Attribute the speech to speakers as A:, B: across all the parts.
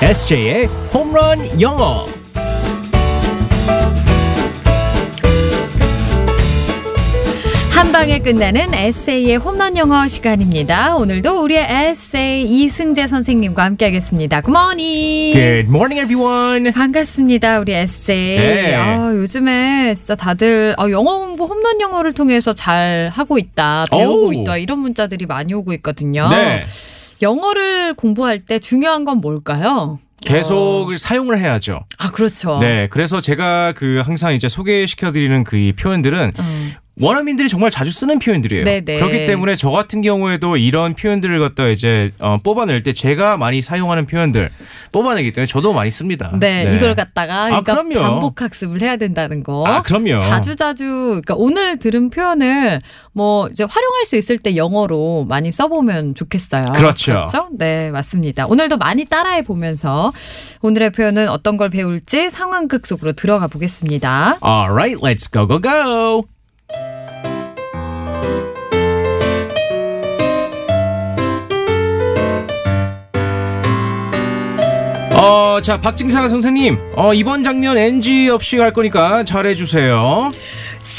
A: SJ의 홈런 영어.
B: 한 방에 끝나는 에세이의 홈런 영어 시간입니다. 오늘도 우리의 에세이 이승재 선생님과 함께하겠습니다. 굿모닝.
A: Good morning, everyone.
B: 반갑습니다, 우리 에세이.
A: 네.
B: 아, 요즘에 진짜 다들 아, 영어 공부 홈런 영어를 통해서 잘 하고 있다, 배우고
A: 오.
B: 있다 이런 문자들이 많이 오고 있거든요.
A: 네,
B: 영어를 공부할 때 중요한 건 뭘까요?
A: 계속 사용을 해야죠.
B: 아, 그렇죠.
A: 네, 그래서 제가 그 항상 이제 소개시켜드리는 그 이 표현들은
B: 음.
A: 원어민들이 정말 자주 쓰는 표현들이에요.
B: 네네.
A: 그렇기 때문에 저 같은 경우에도 이런 표현들을 갖다 이제 어, 뽑아낼 때 제가 많이 사용하는 표현들 뽑아내기 때문에 저도 많이 씁니다.
B: 네, 이걸
A: 아,
B: 갖다가 그러니까
A: 그럼요.
B: 반복 학습을 해야 된다는 거.
A: 아, 그럼요.
B: 자주 자주 그러니까 오늘 들은 표현을 뭐 이제 활용할 수 있을 때 영어로 많이 써보면 좋겠어요.
A: 그렇죠.
B: 그렇죠? 네, 맞습니다. 오늘도 많이 따라해 보면서 오늘의 표현은 어떤 걸 배울지 상황극 속으로 들어가 보겠습니다.
A: Alright, let's go go go. 어, 자, 박진상 선생님, 어, 이번 장면 NG 없이 갈 거니까 잘해주세요.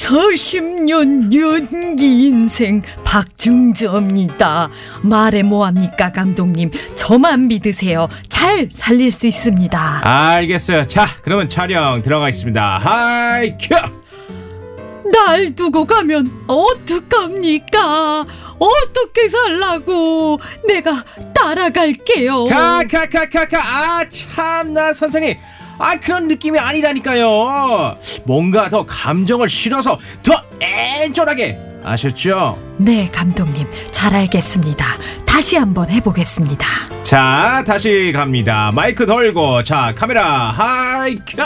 B: 40년 연기 인생 박중저입니다. 말해 뭐합니까 감독님. 저만 믿으세요. 잘 살릴 수 있습니다.
A: 알겠어요. 자, 그러면 촬영 들어가겠습니다. 하이, 큐!
B: 날 두고 가면 어떡합니까? 어떻게 살라고? 내가 따라갈게요.
A: 가, 가, 가, 가, 가. 아, 참나, 선생님. 아, 그런 느낌이 아니라니까요. 뭔가 더 감정을 실어서 더 애절하게. 아셨죠?
B: 네, 감독님. 잘 알겠습니다. 다시 한번 해보겠습니다.
A: 자, 다시 갑니다. 마이크 돌고, 자, 카메라, 하이, 켜!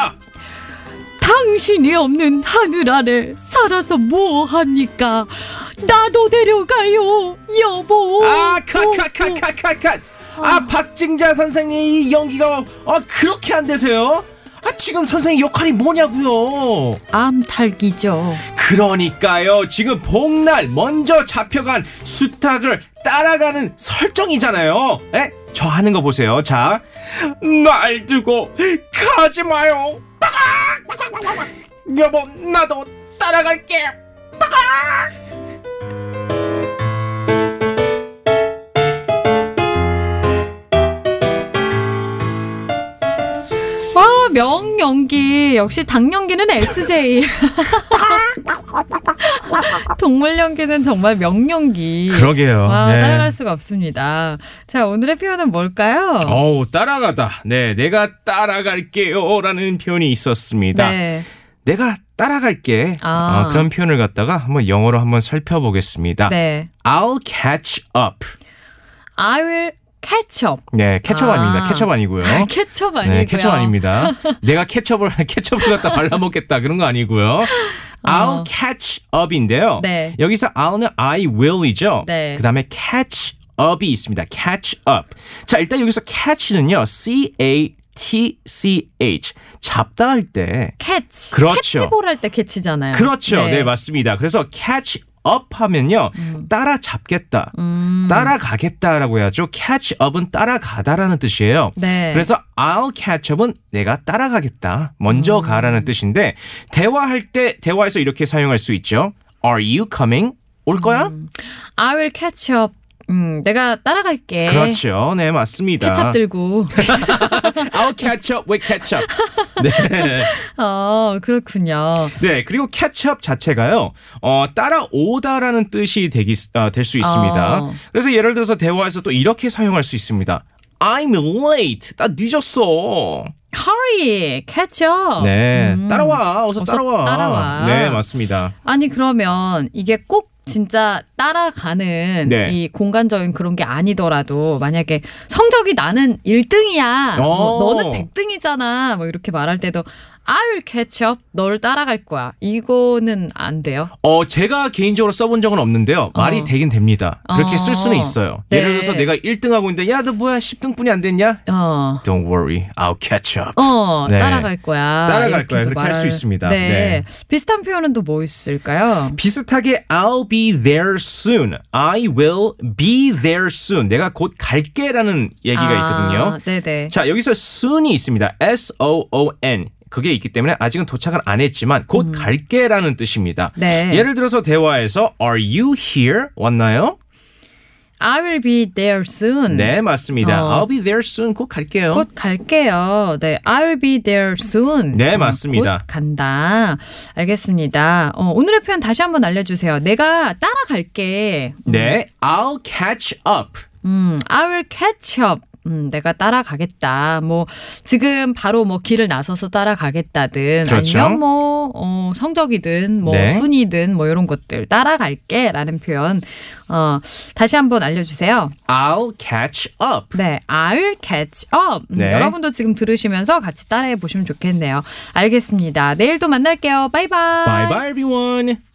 B: 당신이 없는 하늘 아래 살아서 뭐 합니까? 나도 데려가요, 여보.
A: 아, 컷, 컷, 컷, 컷, 컷, 컷! 아, 박진자 선생님, 이 연기가, 아, 그렇게 안 되세요? 아, 지금 선생님 역할이 뭐냐고요
B: 암탈기죠.
A: 그러니까요, 지금 복날 먼저 잡혀간 수탉을 따라가는 설정이잖아요. 에? 저 하는 거 보세요. 자, 날 두고 가지 마요. 빠각! 빠각, 빠각, 빠각. 여보, 나도 따라갈게.
B: 와, 명연기. 어, 역시 닭연기는 SJ. 동물 연기는 정말 명연기.
A: 그러게요. 네.
B: 와, 따라갈 수가 없습니다. 자, 오늘의 표현은 뭘까요?
A: 어우 따라가다 네 내가 따라갈게요라는 표현이 있었습니다
B: 네.
A: 내가 따라갈게
B: 아.
A: 어, 그런 표현을 갖다가 한번 영어로 한번 살펴보겠습니다
B: 네.
A: I'll catch up
B: I will catch up.
A: 네 캐첩
B: 아.
A: 아닙니다 캐첩 아니고요
B: 캐쳐 아니고요.
A: 네 캐첩 아닙니다 내가 캐첩을 캐첩을 갖다 발라먹겠다 그런 거 아니고요 I'll catch up인데요
B: 어. 네.
A: 여기서 I'll는 I will이죠
B: 네.
A: 그 다음에 catch up이 있습니다 catch up 자 일단 여기서 catch는요 C A T C H 잡다 할 때
B: 캐치.
A: 그렇죠.
B: 캐치볼 할 때 캐치잖아요.
A: 그렇죠. 네. 맞습니다. 그래서 catch up 하면요. 따라잡겠다.
B: 음.
A: 따라가겠다라고 해야죠. catch up은 따라가다라는 뜻이에요.
B: 네.
A: 그래서 I'll catch up은 내가 따라가겠다.
B: 음.
A: 먼저 가라는 뜻인데 대화할 때 대화에서 이렇게 사용할 수 있죠. Are you coming? 올 거야?
B: 음, I will catch up. 음, 내가 따라갈게.
A: 그렇죠. 네, 맞습니다.
B: 케찹 들고.
A: I'll catch up with catch up. 네.
B: 어, 그렇군요.
A: 네, 그리고 캐치업 자체가요, 어, 따라오다라는 뜻이 되기, 아, 될수 있습니다.
B: 어.
A: 그래서 예를 들어서 대화에서 또 이렇게 사용할 수 있습니다. I'm late. 나 늦었어.
B: Hurry, catch up.
A: 네,
B: 음.
A: 따라와. 어서,
B: 어서
A: 따라와.
B: 따라와.
A: 네, 맞습니다.
B: 아니 그러면 이게 꼭 진짜 따라가는
A: 네.
B: 이 공간적인 그런 게 아니더라도 만약에 성적이 나는 1등이야.
A: 어.
B: 너는 100등이잖아. 뭐 이렇게 뭐 말할 때도 I'll catch up. 너를 따라갈 거야. 이거는 안 돼요.
A: 어, 제가 개인적으로 써본 적은 없는데요. 말이
B: 어.
A: 되긴 됩니다. 그렇게
B: 어.
A: 쓸 수는 있어요.
B: 네.
A: 예를 들어서 내가 1등하고 있는데, 야, 너 뭐야, 10등뿐이 안 됐냐?
B: 어.
A: Don't worry, I'll catch up.
B: 어,
A: 네.
B: 따라갈 거야.
A: 따라갈
B: 이렇게도
A: 거야. 그렇게 할수 있습니다.
B: 네.
A: 네.
B: 비슷한 표현은 또 뭐 있을까요?
A: 비슷하게 I'll be there soon. I will be there soon. 내가 곧 갈게라는 얘기가 있거든요.
B: 아, 네네.
A: 자, 여기서 soon이 있습니다. S O O N. 그게 있기 때문에 아직은 도착을 안 했지만 곧 갈게라는 뜻입니다.
B: 음. 네.
A: 예를 들어서 대화에서 Are you here? 왔나요?
B: I will be there soon.
A: 네, 맞습니다.
B: 음. 어.
A: I'll be there soon. 곧 갈게요.
B: 곧 갈게요. 네, I'll be there soon.
A: 어? 네,
B: 어,
A: 맞습니다.
B: 곧 간다. 알겠습니다. 어, 오늘의 표현 다시 한번 알려주세요. 내가 따라갈게.
A: 네, I'll catch up.
B: 음, I will catch up. 음, 내가 따라가겠다. 뭐 지금 바로 뭐 길을 나서서 따라가겠다든
A: 그렇죠.
B: 아니면 뭐 어, 성적이든 뭐
A: 네.
B: 순위든 뭐 이런 것들 따라갈게라는 표현 어, 다시 한번 알려주세요.
A: I'll catch up.
B: 네, I'll catch up. 음,
A: 네.
B: 여러분도 지금 들으시면서 같이 따라해 보시면 좋겠네요. 알겠습니다. 내일 또 만날게요. 바이바이.
A: Bye bye everyone.